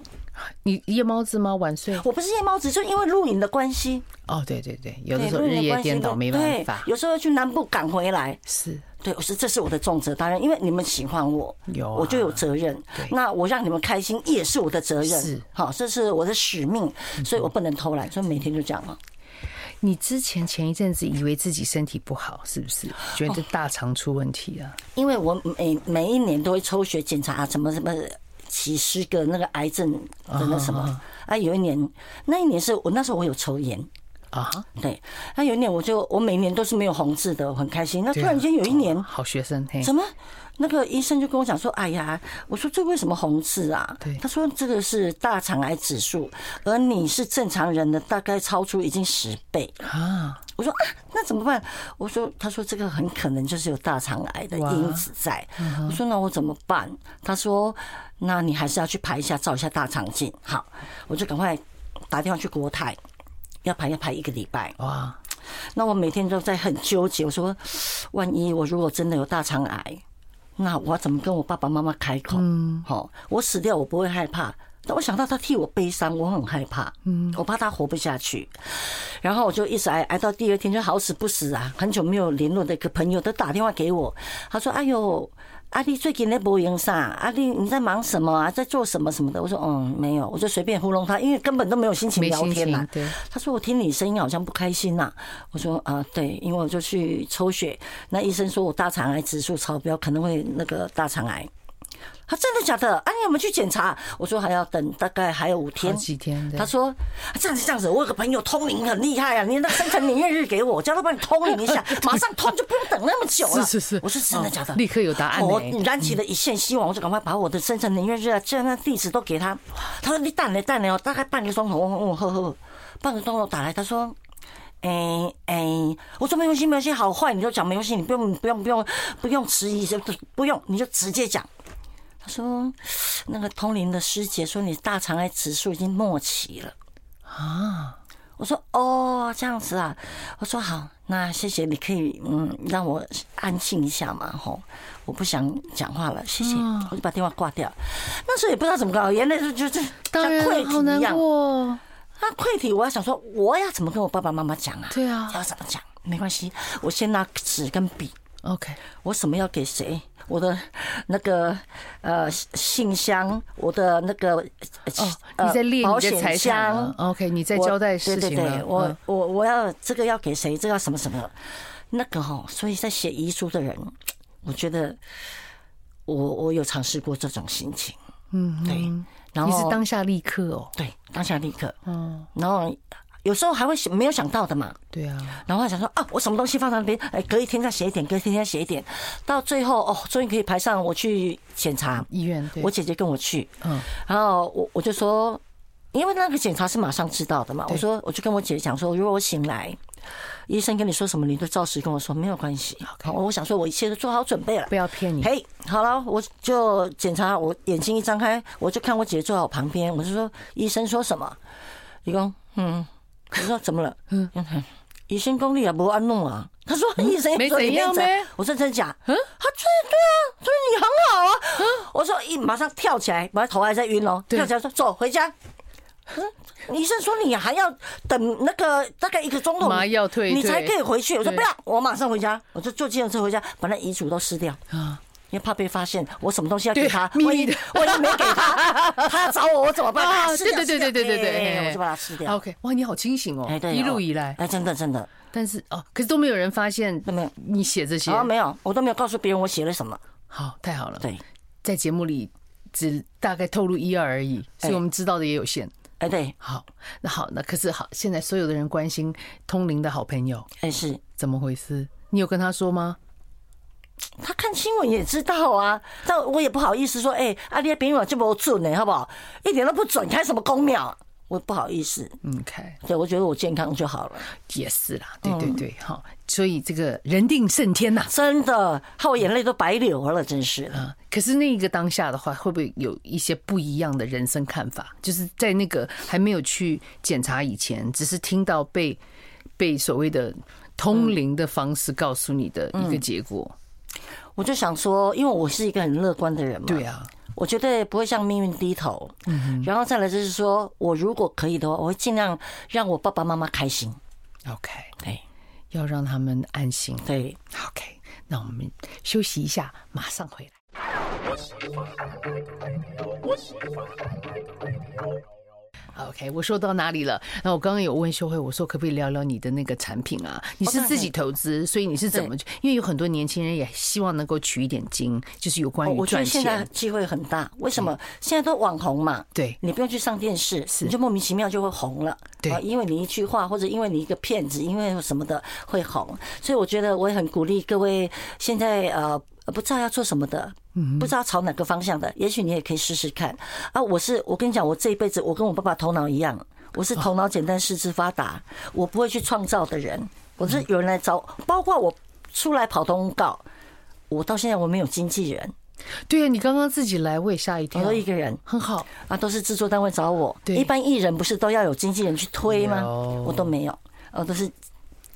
A: 你夜猫子吗？晚睡？
B: 我不是夜猫子，就因为录影的关系，
A: 哦，对对对，有的
B: 对，
A: 时候
B: 录影
A: 日
B: 的
A: 夜
B: 关系
A: 颠倒没办法
B: 对，有时候要去南部赶回来，
A: 是
B: 对，我是这是我的重责，当然，因为你们喜欢我，
A: 有啊
B: 我就有责任
A: 对。
B: 那我让你们开心也是我的责任，
A: 是嗯
B: 好，这是我的使命，所以我不能偷懒，所以每天就这样嘛。啊
A: 你之前前一阵子以为自己身体不好，是不是？觉得大肠出问题啊了、
B: 因为我每每一年都会抽血检查什么什么几十个那个癌症的那什么啊，有一年那一年是我那时候我有抽烟，哦
A: 啊？啊，
B: 对，那有一年我就我每年都是没有红字的，我很开
A: 啊
B: 心。那突然间有一年。
A: 好学生，嘿，
B: 怎么？那个医生就跟我讲说：“哎呀，我说这为什么红字啊
A: 对？”
B: 他说：“这个是大肠癌指数，而你是正常人的大概超出已经十倍。
A: 啊？”
B: 我说：“啊，那怎么办？”我说：“他说这个很可能就是有大肠癌的因子在。”我说：“那我怎么办？”他说：“那你还是要去排一下，照一下大肠镜。”好，我就赶快打电话去国泰，要排要排一个礼拜。
A: 哇，
B: 那我每天都在很纠结，我说，万一我如果真的有大肠癌，那我要怎么跟我爸爸妈妈开口？嗯，好，我死掉我不会害怕，但我想到他替我悲伤，我很害怕，嗯，我怕他活不下去。然后我就一直挨挨到第二天，就好死不死啊，很久没有联络的一个朋友，他打电话给我，他说：“哎呦，阿、啊、丽最近在播音上，阿、啊、丽你在忙什么啊？在做什么什么的？”我说：“嗯，没有，我就随便糊弄他，因为根本都没有心情
A: 没
B: 聊
A: 心
B: 天
A: 情
B: 呐、
A: 对
B: 他说：“我听你声音好像不开心呐、我说：“啊，对，因为我就去抽血，那医生说我大肠癌指数超标，可能会那个大肠癌。”他真的假的？啊，你有没有去检查？我说还要等，大概还有五
A: 好
B: 天。
A: 几天的
B: 他，说、啊这样子这样子，我有个朋友通灵很厉害啊，你那个生辰年月日给我，我叫他帮你通灵
A: [LAUGHS]
B: 一下，马上通就不用等那么久了。
A: 是是是
B: 我说真的假的？
A: 哦立刻有答案呢
B: 我燃起了一线希望，我就赶快把我的生辰年月日啊、这样的地址都给他。他说你等嘞等嘞哦，大概半个钟头，我我呵呵，半个钟头打来，他说。哎、哎、我说没关系，没关系，好坏你就讲没关系，你不用不用不用不用迟疑，就不用你就直接讲。他说那个通灵的师姐说你大肠癌指数已经末期了。我说哦，这样子啊。我说好，那谢谢，你可以嗯让我安静一下嘛，吼，我不想讲话了，谢谢，
A: 啊
B: 我就把电话挂掉。那时候也不知道怎么搞，眼泪就就就
A: 当
B: 像
A: 然
B: 溃
A: 好
B: 堤一
A: 难
B: 样。
A: 过，
B: 那溃体，我要想说，我要怎么跟我爸爸妈妈讲啊？
A: 对啊
B: 要怎么讲？没关系，我先拿纸跟笔，
A: ，OK，
B: 我什么要给谁？我的那个呃信箱，我的那个
A: 哦
B: 呃
A: 你在列
B: 保
A: 你的财
B: 险
A: 产
B: 箱
A: 了，OK，你在
B: 我
A: 交代事
B: 对
A: 情
B: 对对，
A: 了，
B: 我
A: 嗯
B: 我我要这个要给谁，这个要什么什么，那个哈，所以在写遗书的人，我觉得我我有尝试过这种心情，嗯，对，然
A: 你是
B: 后
A: 当下立刻哦，
B: 对当下立刻，
A: 嗯，
B: 然后有时候还会想没有想到的嘛，
A: 对啊，
B: 然后还想说啊，我什么东西放在那边，哎，隔一天再写一点，隔一天再写一点，到最后哦，终于可以排上我去检查，
A: 医院对，
B: 我姐姐跟我去，
A: 嗯，
B: 然后我我就说，因为那个检查是马上知道的嘛，我说我就跟我姐姐讲说，如果我醒来，医生跟你说什么，你都照实跟我说，没有关系。
A: OK
B: 好，我想说，我一切都做好准备了。
A: 不要骗你。
B: 嘿，好了，我就检查，我眼睛一张开，我就看我姐坐在我旁边，我就说医生说什么？你讲，嗯，我说怎么了？嗯，医生功力也不安弄啊。他说医生
A: 嗯没
B: 也说
A: 怎
B: 你
A: 样
B: 诊
A: 呗
B: 我说真假？嗯，他说对啊，他说你很好啊。我说一马上跳起来，我头还在晕哦，
A: 嗯对
B: 跳起来说走回家。嗯，医生说你还要等那个大概一个钟头，
A: 麻药退
B: 你才
A: 对
B: 可以回去。我说
A: 对
B: 不要，我马上回家，我就坐计程车回家，把那遗嘱都撕掉。
A: 啊，
B: 因为怕被发现，我什么东西要给
A: 对
B: 他，
A: 秘
B: 万
A: 密
B: 一
A: 的
B: [LAUGHS] 万一没给
A: [LAUGHS]
B: 他，他要找我，我怎么办？把它
A: 啊，
B: 撕
A: 对
B: 掉
A: 对对对对对
B: 撕掉哎
A: 对，
B: 我就把它吃掉。
A: OK，哇，你好清醒哦
B: 哎，对，
A: 一路
B: 哦
A: 以来，
B: 哎，真的真的，
A: 但是哦，可是都没有人发现
B: 都没有
A: 你写这些。
B: 啊，没有，我都没有告诉别人我写了什么。
A: 好，太好了。
B: 对，
A: 在节目里只大概透露一二而已，所以
B: 哎
A: 我们知道的也有限。
B: 哎，对，
A: 好，那好，那可是好，现在所有的人关心通灵的好朋友
B: 哎是，
A: 怎么回事？你有跟他说吗？
B: 他看新闻也知道啊，但我也不好意思说，哎，阿爹别人就不准呢，好不好？一点都不准，开什么公庙？我不好意思，
A: 嗯，看
B: 对我觉得我健康就好了，
A: 也是啦，对对对，好，所以这个人定胜天呐、
B: 真的，害我眼泪都白流了，真是的。
A: 啊，可是那一个当下的话，会不会有一些不一样的人生看法？就是在那个还没有去检查以前，只是听到被被所谓的通灵的方式告诉你的一个结果。
B: 我就想说，因为我是一个很乐观的人嘛，
A: 对嗯啊，
B: 我绝对不会向命运低头。然后再来就是说，我如果可以的话，我会尽量让我爸爸妈妈开心。
A: ，OK，
B: 对
A: 要让他们安心。
B: 对，
A: OK，那我们休息一下，马上回来。OK，我说到哪里了？那我刚刚有问秀慧，我说可不可以聊聊你的那个产品啊？你
B: 哦
A: 是自己投资，所以你是怎么去？因为有很多年轻人也希望能够取一点经，就是有关
B: 我
A: 于
B: 哦我觉得
A: 赚
B: 现在
A: 钱。嗯
B: 机会很大。为什么？现在都网红嘛，
A: 对
B: 你不用去上电视，你就莫名其妙就会红了。
A: 对
B: 啊因为你一句话，或者因为你一个骗子，因为什么的会红。所以我觉得我也很鼓励各位，现在呃不知道要做什么的。不知道朝哪个方向的，也许你也可以试试看啊！我是我跟你讲，我这一辈子我跟我爸爸头脑一样，我是头脑简单四肢发达，我不会去创造的人，我是有人来找，包括我出来跑通告，我到现在我没有经纪人，
A: 对啊，你刚刚自己来，我也吓一
B: 我
A: 跳
B: 都。一个人，
A: 很好，
B: 啊，都是制作单位找我。
A: 对
B: 一般艺人不是都要有经纪人去推吗？
A: 有
B: 我都没有，我都是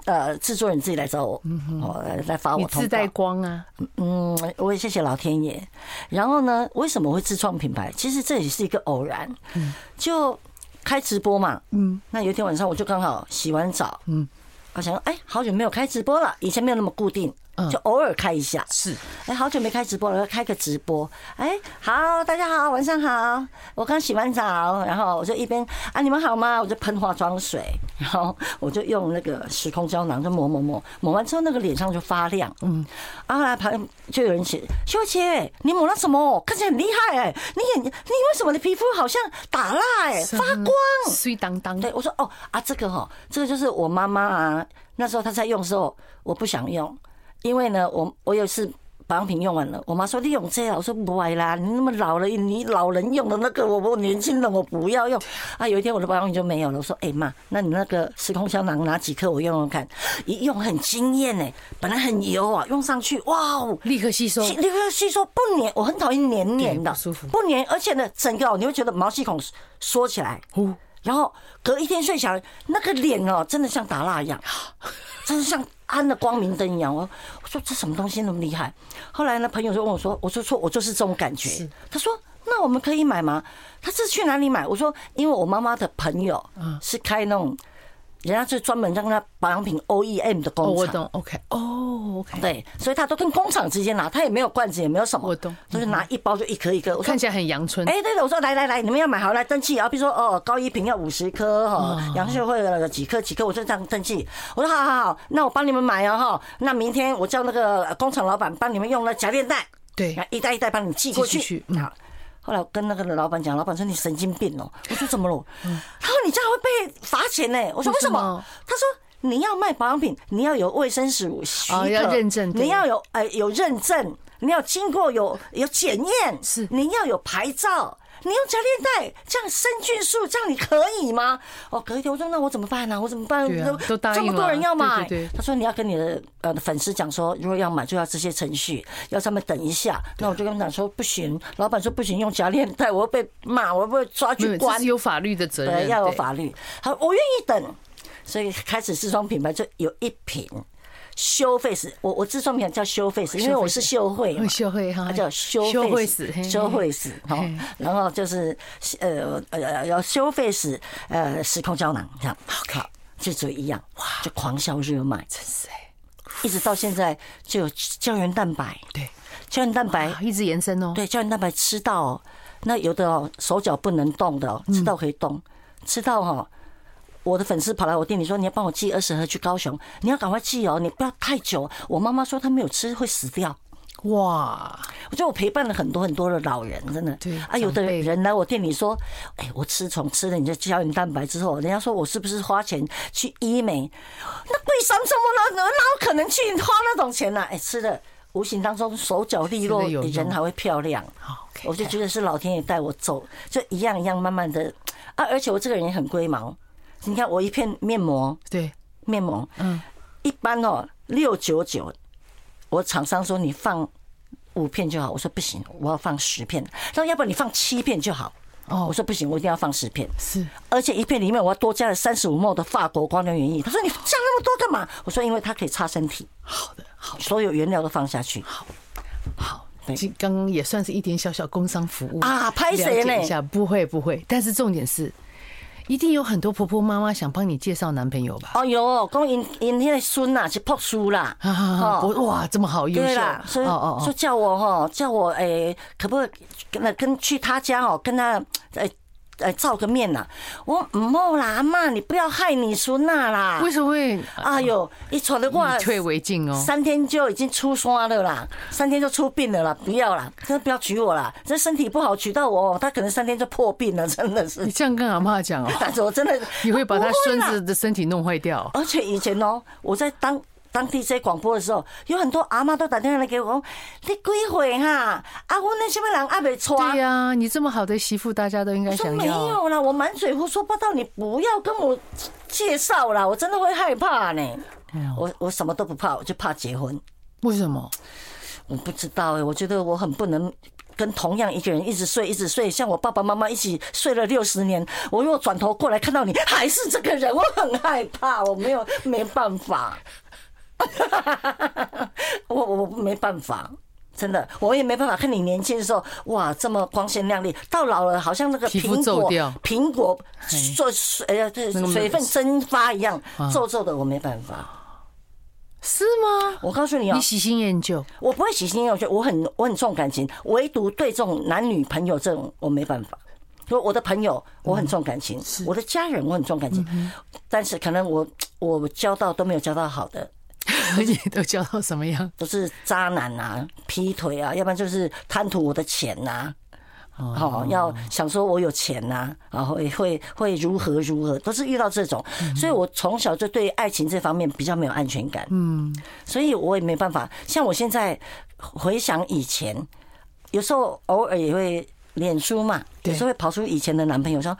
B: 呃制作人自己来找我，哦来来发
A: 嗯你
B: 我
A: 自
B: 通
A: 带
B: 告。
A: 光啊，
B: 嗯，我也谢谢老天爷。然后呢，为什么我会自创品牌？其实这也是一个偶然，
A: 嗯
B: 就开直播嘛。嗯，那有一天晚上我就刚好洗完澡，嗯，我想说哎，好久没有开直播了，以前没有那么固定
A: 嗯，
B: 就偶尔开一下。
A: 是
B: 哎，好久没开直播了，要开个直播。哎，好，大家好，晚上好。我刚洗完澡，然后我就一边啊，你们好吗？我就喷化妆水， [LAUGHS] 然后我就用那个时空胶囊就抹抹抹，抹完之后那个脸上就发亮。嗯，啊，后来旁就有人写秀姐，你抹了什么？看起来很厉害哎、你眼你为什么你皮肤好像打蜡哎、发光？
A: 碎当当。
B: 对，我说哦啊，这个哈、哦，这个就是我妈妈啊，那时候她在用的时候，我不想用，因为呢，我我有一次保养品用完了，我妈说你用这个，我说不会啦，你那么老了，你老人用的那个，我我年轻人我不要用啊。有一天我的保养品就没有了，我说哎妈，那你那个时空胶囊拿几颗我用用看，一用很惊艳呢，本来很油啊，用上去哇哦，
A: 立刻吸收，
B: 吸那个吸收不粘，我很讨厌黏黏的，
A: 对不舒服
B: 不粘，而且呢，整个哦，你会觉得毛细孔缩起来，
A: 哦
B: 然后隔一天睡起来，那个脸哦，真的像打蜡
A: [LAUGHS]
B: 一样，真的像安了光明灯一样。我哦我说这什么东西那么厉害？后来呢，朋友就问我说，我说错，我就是这种感觉
A: 是。
B: 他说。那我们可以买吗？他是去哪里买？我说，因为我妈妈的朋友
A: 嗯
B: 是开那种，人家就专门让他保养品 OEM 的工
A: 哦，
B: 厂。
A: 我懂，OK，哦，OK，
B: 对，所以他都跟工厂直接拿，他也没有罐子，也没有什么，
A: 我懂嗯
B: 就是拿一包就一颗一颗。我说
A: [LAUGHS] 看，起来很阳春。
B: 哎，对的，我说来来来，你们要买好来登记啊，比如说哦，高一瓶要五十颗哈，杨秀慧的几颗几颗，我就这样登记。我说好好好，那我帮你们买啊哈，那明天我叫那个呃工厂老板帮你们用那夹链袋，
A: 对，
B: 一袋一袋帮你寄过
A: 寄出
B: 去
A: 去。嗯
B: 好，后来我跟那个老板讲，老板说你神经病哦、我说怎么了？他说你这样会被罚钱呢、我说
A: 嗯为
B: 为
A: 什
B: 什
A: 么
B: 么？他说。你要卖保养品，你要有卫生署许可，
A: 哦要认证对
B: 你要有呃有认证，你要经过有有检验，
A: 是
B: 你要有牌照，你用夹链带这样生菌素，这样你可以吗？哦，隔一天我说那我怎么办呢、我怎么办？
A: 对啊都答应
B: 这么多人要
A: 了
B: 买，
A: 对对对
B: 他说你要跟你的呃粉丝讲说，如果要买就要这些程序，要他们等一下。
A: 啊
B: 那我就跟他们讲说不行，老板说不行，用夹链带我会被骂，我会被
A: 没
B: 抓
A: 有这
B: 去关
A: 是。有法律的责任，
B: 对，要有
A: 对
B: 法律。好，我愿意等，所以开始自装品牌就有一瓶修 face，我我自装品牌叫修 face，因为我是修会嘛
A: 嗯，哦修会哈
B: 它叫修
A: 修会
B: face，
A: 死嘿嘿
B: 修会死好
A: 嘿，
B: 然后就是呃呃要修 face，呃时空胶囊这样，好，就只有一样，哇，就狂销热卖，
A: 真是哎，
B: 一直到现在就有胶原蛋白，
A: 对，
B: 胶原蛋白
A: 啊一直延伸哦，
B: 对，胶原蛋白吃到、哦，那有的哦手脚不能动的、哦，吃到可以动，吃到哦。我的粉丝跑来我店里说：“你要帮我寄二十盒去高雄，你要赶快寄哦，你不要太久。”我妈妈说她没有吃会死掉。
A: 哇，
B: 我觉得我陪伴了很多很多的老人，真的。
A: 对
B: 啊，有的
A: 长辈
B: 人来我店里说：“哎，我吃从吃了你的胶原蛋白之后，人家说我是不是花钱去医美？那贵什么什么了？哪有可能去花那种钱呢、
A: [LAUGHS]
B: 哎，吃了无形当中手脚利落，
A: 吃了有用
B: 人还会漂亮。
A: 好，OK，
B: 我就觉得是老天爷带我走，就一样一样慢慢的啊，而且我这个人也很龟毛。你看我一片面膜，
A: 对，
B: 面膜
A: 嗯，
B: 一般哦六九九，我厂商说你放五片就好，我说不行，我要放十片。他说要不然你放七片就好，
A: 哦
B: 我说不行，我一定要放十片。
A: 是
B: 而且一片里面我要多加了三十五沫的法国光疗原液。他说你加那么多干嘛？我说因为它可以擦身体，
A: 好的，好，
B: 所有原料都放下去。
A: 好
B: 对。
A: 这刚刚也算是一点小小工商服务
B: 啊拍谁
A: 了
B: 呢
A: 解一下，不会不会，但是重点是，一定有很多婆婆妈妈想帮你介绍男朋友吧？
B: 哦哟，讲因因那个孙呐是朴素啦，
A: 啊哈哈，
B: 哦
A: 不哇，这么好优
B: 对
A: 秀
B: 啦，，所以
A: 哦
B: 说叫我哈，叫我哎、可不可以跟那跟去他家哦，跟他哎哎照个面呐？我唔好啦，阿妈，你不要害你孙娜啦
A: 为。什么会
B: 哎呦，一传的话
A: 以，退为进哦？
B: 三天就已经出山了啦，三天就出病了啦，不要啦，真的不要娶我啦，这身体不好娶到我，他可能三天就破病了，真的是
A: [LAUGHS] 你。这样跟阿妈讲哦，
B: 但是我真的，
A: 你会把
B: 不
A: 他孙
B: 啦
A: 子的身体弄坏掉。
B: 而且以前哦，我在当当 DJ 广播的时候，有很多阿妈都打电话来给我讲：“你几岁哈、啊？啊，我那什么人还没娶？”
A: 对呀、你这么好的媳妇，大家都应该
B: 我说
A: 想
B: 没
A: 要。
B: 有啦，我满嘴胡说八道，你不要跟我介绍啦，我真的会害怕呢。
A: 哎
B: 我我什么都不怕，我就怕结婚。
A: 为什么？
B: 我不知道哎、我觉得我很不能跟同样一个人一直睡一直睡，像我爸爸妈妈一起睡了六十年，我如果转头过来看到你还是这个人，我很害怕，我没有没办法， [LAUGHS] 我我没办法。真的，我也没办法看你年轻的时候，哇，这么光鲜亮丽，到老了好像那个
A: 皮肤
B: 苹
A: 皱
B: 果
A: 掉，
B: 苹果
A: 嘿
B: 做呃这
A: 那个
B: 水分蒸发一样
A: 啊，
B: 皱皱的，我没办法。
A: 是吗？
B: 我告诉你哦，
A: 你喜新厌
B: [LAUGHS]
A: 旧，
B: 我不会喜新厌旧，我很我很重感情，唯独对这种男女朋友这种我没办法。说我的朋友我很重感情，我的家人我很重感情，但是可能我我交到都没有交到好的，
A: 你都教到什么样？
B: 都是渣男啊、劈腿啊，要不然就是贪图我的钱啊呐、哦，要想说我有钱呐、然后也会会如何如何，都是遇到这种，
A: 嗯
B: 所以我从小就对爱情这方面比较没有安全感，嗯，所以我也没办法。像我现在回想以前，有时候偶尔也会脸书嘛，
A: 对
B: 有时候会跑出以前的男朋友说， [GASPS] 啊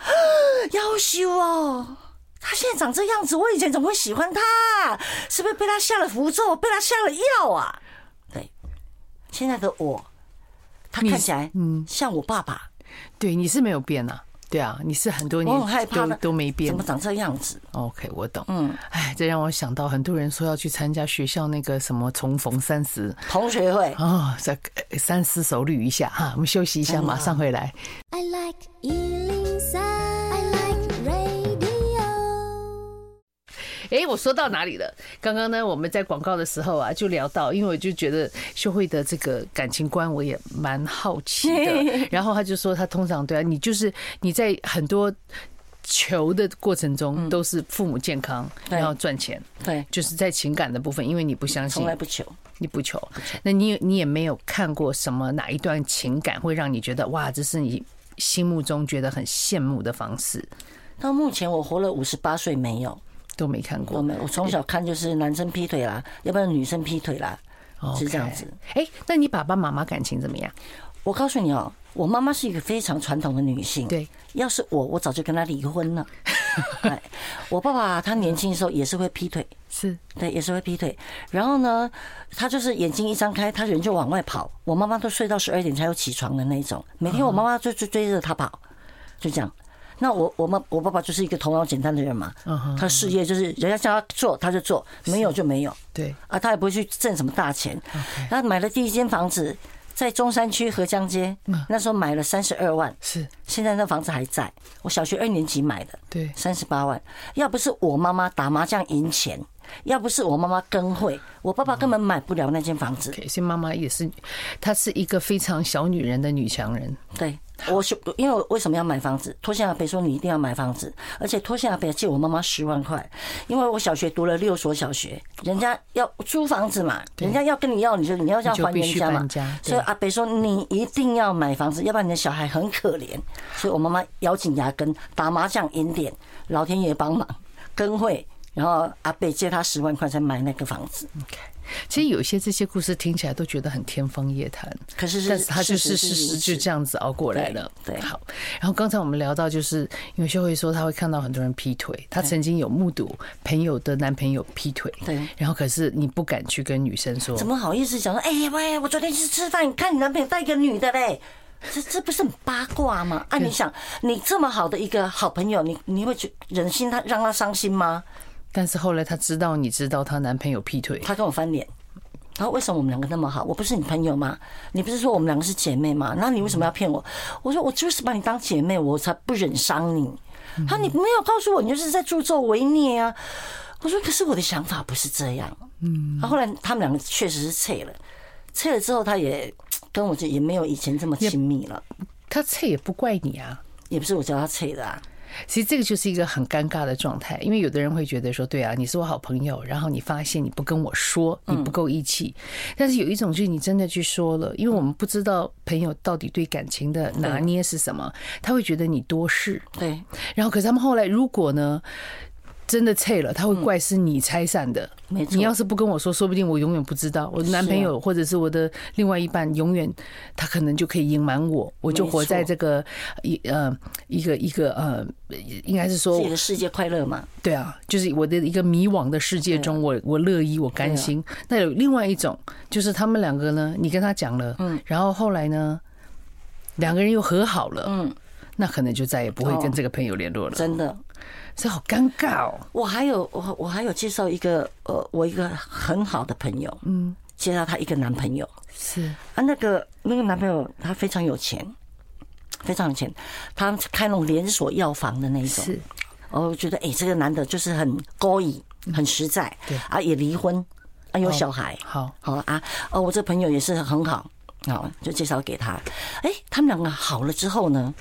B: 要修哦。他现在长这样子，我以前怎么会喜欢他？是不是被他下了符咒，被他下了药啊？对，现在的我，他
A: 你
B: 看起来
A: 嗯
B: 像我爸爸，
A: 对，你是没有变啊。对啊，你是很多
B: 我
A: 年
B: 很害怕
A: 都
B: 呢
A: 都没变
B: 怎么。长这样子？
A: OK，我懂。嗯，哎，这让我想到很多人说要去参加学校那个什么重逢三十
B: 同学
A: [LAUGHS]
B: 会，
A: 哦，再呃三思熟虑一下哈。我们休息一
B: 哎
A: 下，马上回来。
C: I like Ealing Sound. I like radio.
A: 诶，哎我说到哪里了？刚刚呢，我们在广告的时候啊，就聊到，因为我就觉得秀慧的这个感情观，我也蛮好奇
B: [LAUGHS]
A: 的。然后他就说，他通常对啊，你就是你在很多求的过程中，都是父母健康，
B: 嗯对
A: 然后赚钱，
B: 对，
A: 就是在情感的部分，因为你不相
B: 从
A: 信
B: 来，不求。
A: 你不求，那你也你也没有看过什么哪一段情感会让你觉得哇，这是你心目中觉得很羡慕的方式，
B: 到目前我活了五十八岁，没有，
A: 都没看
B: 我
A: 过。
B: 们我从小看就是男生劈腿啦，要不然女生劈腿啦，是这样子。
A: 哎、那你爸爸妈妈感情怎么样？
B: 我告诉你哦，我妈妈是一个非常传统的女性。
A: 对，
B: 要是我，我早就跟她离
A: [LAUGHS]
B: 婚了。哎我爸爸他年轻的时候也是会劈腿，
A: 是
B: 对，也是会劈腿。然后呢，他就是眼睛一张开，他人就往外跑。我妈妈都睡到十二点才有起床的那种，每天我妈妈就追追着他跑，就这样。那我我妈我爸爸就是一个头脑简单的人嘛
A: 嗯哼，
B: 他事业就是人家叫他做他就做，没有就没有。
A: 对，
B: 啊，他也不会去挣什么大钱。他买了第一间房子在中山区河江街，
A: 嗯
B: 那时候买了三十二万，
A: 是
B: 现在那房子还在。我小学二年级买的，
A: 对
B: 三十八万。要不是我妈妈打麻将赢钱，要不是我妈妈跟会，我爸爸根本买不了那间房子。
A: ，OK，所以妈妈也是，她是一个非常小女人的女强人，
B: 对。我是因为我为什么要买房子？托夏北说你一定要买房子，而且托夏北借我妈妈十万块，因为我小学读了六所小学，人家要租房子嘛，人家要跟你要，你就你要要
A: 就
B: 还
A: 必
B: 人
A: 须
B: 家嘛
A: 搬家，对
B: 所以阿北说你一定要买房子，要不然你的小孩很可怜。所以我妈妈咬紧牙根打麻将赢点，老天爷帮忙跟会，然后阿北借他十万块才买那个房子。
A: 其实有些这些故事听起来都觉得很天方夜谭，
B: 可是是
A: 但是他就是事
B: 事实是
A: 实
B: 如
A: 就
B: 此
A: 这样子熬过来了。
B: 对对
A: 好。然后刚才我们聊到，就是因为秀慧说她会看到很多人劈腿，她曾经有目睹朋友的男朋友劈腿，
B: 对
A: 然后可是你不敢去跟女生说
B: 怎，么好意思讲说？哎、喂，我昨天去吃饭，看你男朋友带一个女的嘞，这这不是很八卦吗？啊，你想，你这么好的一个好朋友，你你会去忍心他让他伤心吗？
A: 但是后来她知道你知道她男朋友劈腿，
B: 他跟我翻脸。然后为什么我们两个那么好？我不是你朋友吗？你不是说我们两个是姐妹吗？那你为什么要骗我？我说我就是把你当姐妹，我才不忍伤你。他说你没有告诉我，你就是在助纣为虐啊！我说可是我的想法不是这样。嗯，后来他们两个确实是撤了，撤了之后他也跟我就也没有以前这么亲密了，
A: 她这也不怪你啊。
B: 也不是我叫他撤的啊。
A: 其实这个就是一个很尴尬的状态，因为有的人会觉得说，对啊，你是我好朋友，然后你发现你不跟我说，你不够义气。但是有一种就是你真的去说了，因为我们不知道朋友到底对感情的拿捏是什么，他会觉得你多事。
B: 对，
A: 然后，可是他们后来如果呢，真的脆了，他会怪是你拆散的。
B: 没错啊
A: 你要是不跟我说，说不定我永远不知道。我的男朋友或者是我的另外一半，永远他可能就可以隐瞒我，我就
B: 没
A: 活在
B: 错
A: 这个一呃一个一个呃，应该是说
B: 自己的世界快乐嘛。
A: 对啊，就是我的一个迷惘的世界中，
B: 啊
A: 我我乐意，我甘心。那有另外一种，就是他们两个呢，你跟他讲了，嗯，然后后来呢，两个人又和好了，嗯，那可能就再也不
B: 哦
A: 会跟这个朋友联络了，
B: 真的，
A: 这好尴尬哦。
B: 我还有我我还有介绍一个呃，我一个很好的朋友，嗯，介绍她一个男朋友
A: 是
B: 啊，那个那个男朋友他非常有钱，非常有钱，他开那种连锁药房的那一种，
A: 是，
B: 哦，我觉得哎、这个男的就是很高义，很实在，
A: 嗯对哦
B: 啊，也离婚，啊，有小孩，
A: 好，
B: 好啊，哦，我这朋友也是很好，好就介绍给他。哎，他们两个好了之后呢，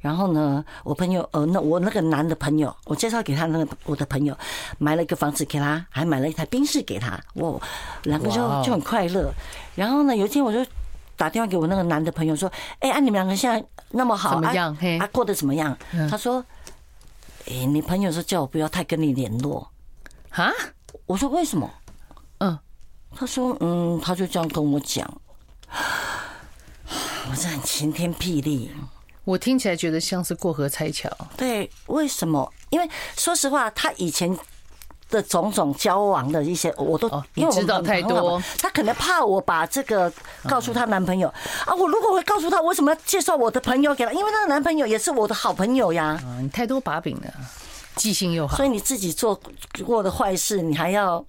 B: 然后呢，我朋友呃，那我那个男的朋友，我介绍给他那个我的朋友，买了一个房子给他，还买了一台宾士给他，哇，两个就
A: 哇哦
B: 就很快乐。然后呢，有一天我就。打电话给我那个男的朋友说：“哎、啊，你们两个现在那么好，
A: 怎么
B: 啊
A: 样嘿嗯
B: 啊，过得怎么样？”他说：“哎、你朋友说叫我不要太跟你联络。
A: 啊，”
B: 我说：“为什么？”
A: 嗯，
B: 他说：“嗯，他就这样跟我讲。” [SIGHS] 我是很晴天霹雳。
A: 我听起来觉得像是过河拆桥，
B: 对，为什么？因为说实话，他以前的种种交往的一些，我都、
A: 哦
B: 因为我们
A: 你知道
B: 很
A: 太多
B: 很好嘛他可能怕我把这个告诉她男朋友、啊。我如果会告诉她，为什么要介绍我的朋友给她？因为那个男朋友也是我的好朋友呀。
A: 啊，你太多把柄了，记性又好
B: 嗯所。以你自己做过的坏事，你还要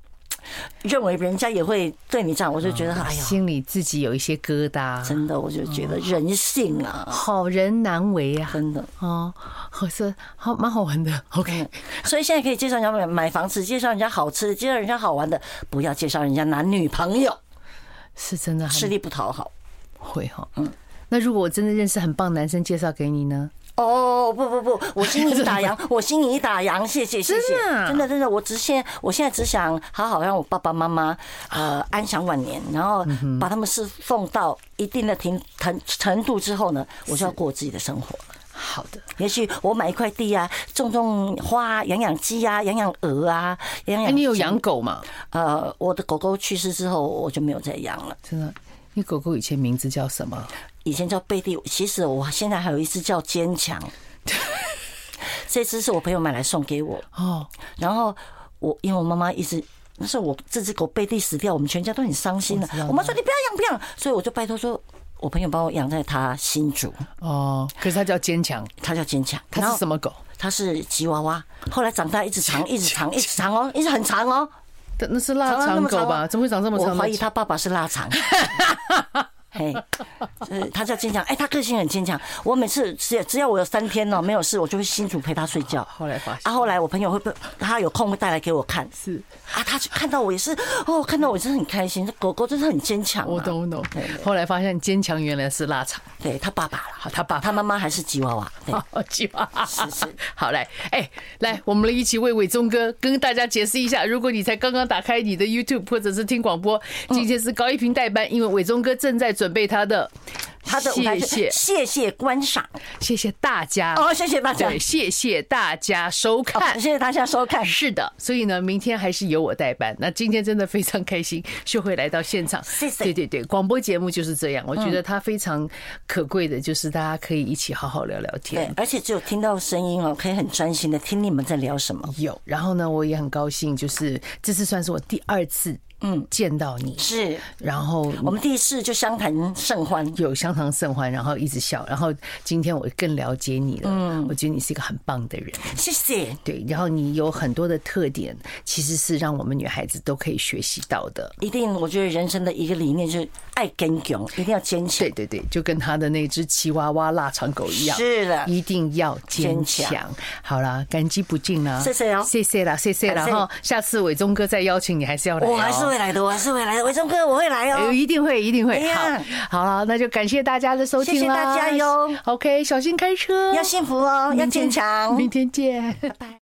B: 认为人家也会对你这样，我就觉得、哎呀，
A: 嗯心嗯里自己有一些疙瘩，
B: 真的，我就觉得人性啊，
A: 好人难为啊！
B: 真的。
A: 哦，好是好蛮好玩的。OK，
B: 所以现在可以介绍人家买买房子，介绍人家好吃的，介绍人家好玩的，不要介绍人家男女朋友，
A: 是真的还
B: 吃力不讨好。
A: 会哈，嗯。那如果我真的认识很棒的男生，介绍给你呢？
B: 哦，不
A: [LAUGHS]
B: 不不，我心里打烊，我心里打烊，谢谢谢谢
A: 真的，啊
B: 真的真的，我只现我现在只想好好让我爸爸妈妈呃安享晚年，然后
A: 嗯
B: 把他们侍奉到一定的程程程度之后呢，我就要过我自己的生活了。
A: 好的，
B: 也许我买一块地啊，种种花啊，养养鸡啊，养养鹅啊，养
A: 哎、
B: 养
A: 你有
B: 什么
A: 养狗吗？
B: 呃，我的狗狗去世之后，我就没有再养了。
A: 真的，你狗狗以前名字叫什么？
B: 以前叫贝蒂，其实我现在还有一只叫坚强， [LAUGHS] 这只是我朋友买来送给我。
A: 哦，
B: 然后我因为我妈妈一直那时候我这只狗贝蒂死掉，我们全家都很伤心的啊
A: 我知道。
B: 我妈说你不要养，不要养，所以我就拜托说，我朋友帮我养在他新竹，
A: 哦，可是它叫坚强，
B: 他叫坚强。
A: 它是什
B: 么？
A: 么狗？
B: 他是吉娃娃，后来长大一直长，一直长，一直长哦，一直很长哦，
A: 那那是
B: 长
A: 腊
B: 到那
A: 肠
B: 么
A: 狗
B: 长
A: 吧？
B: 哦
A: 怎么会长这么长？
B: 我怀疑他爸爸是
A: [LAUGHS]
B: 腊肠。嘿，呃，他叫坚强，哎，他个性很坚强。我每次只只要我有三天哦呢没有事，我就会新竹陪他睡觉。
A: 后来发现
B: 啊，后来我朋友会不，他有空会带来给我看。
A: 是。
B: 啊，他看到我也是，哦，看到我真的很开心。这狗狗真的很坚强、啊，
A: 我懂，我懂
B: 对对。
A: 后来发现坚强原来是腊肠，
B: 对他爸爸了，
A: 好，他爸
B: 他
A: 爸
B: 妈妈还是吉娃娃。对，
A: 好计划。
B: 是是
A: [LAUGHS] 好来，哎、来，我们来一起为伟忠哥跟大家解释一下。如果你才刚刚打开你的 YouTube 或者是听广播，今天是高一平代班，因为伟忠哥正在准备他的，
B: 他的舞台
A: 谢
B: 是
A: 谢
B: 谢谢观赏
A: 谢谢大家，
B: 哦，谢谢大家，
A: 对，谢谢大家收
B: 哦
A: 看
B: 谢。谢大家收看。
A: 是的，所以呢，明天还是由我代班。那今天真的非常开心，秀慧来到现场。
B: 谢嗯谢
A: 对对对，广播节目就是这样，我觉得它非常可贵的，就是大家可以一起好好聊聊
B: 对
A: 天，。
B: 而且只有听到声音哦，可以很专心的听你们在聊什么。
A: 有，然后呢，我也很高兴，就是这次算是我第二次嗯见到你，
B: 是
A: 然后
B: 我们第一次就相谈甚欢，
A: 有相谈甚欢，然后一直笑，然后今天我更了解你了，嗯，我觉得你是一个很棒的人，
B: 谢谢。
A: 对，然后你有很多的特点，其实是让我们女孩子都可以学习到的。
B: 一定，我觉得人生的一个理念就是爱坚强，一定要坚强
A: 对。对对，就跟他的那只吉娃娃腊肠狗一样，
B: 是的
A: 一定要坚
B: 坚
A: 强。好啦，感激不尽啦，
B: 谢谢哦
A: 谢谢啦，谢谢啦
B: 感谢
A: 哈。下次伟忠哥再邀请你，还是要来、哦，
B: 我还是会来的，我还是会来的，伟忠哥，我会
A: 哎
B: 来哦。
A: 一定会，一定会。
B: 哎呀
A: 好，好了，那就感谢大家的收听
B: 谢谢
A: 啦
B: 大家哟。
A: OK，小心开车，
B: 要幸福哦，要坚强。
A: 明天见。
B: 拜拜。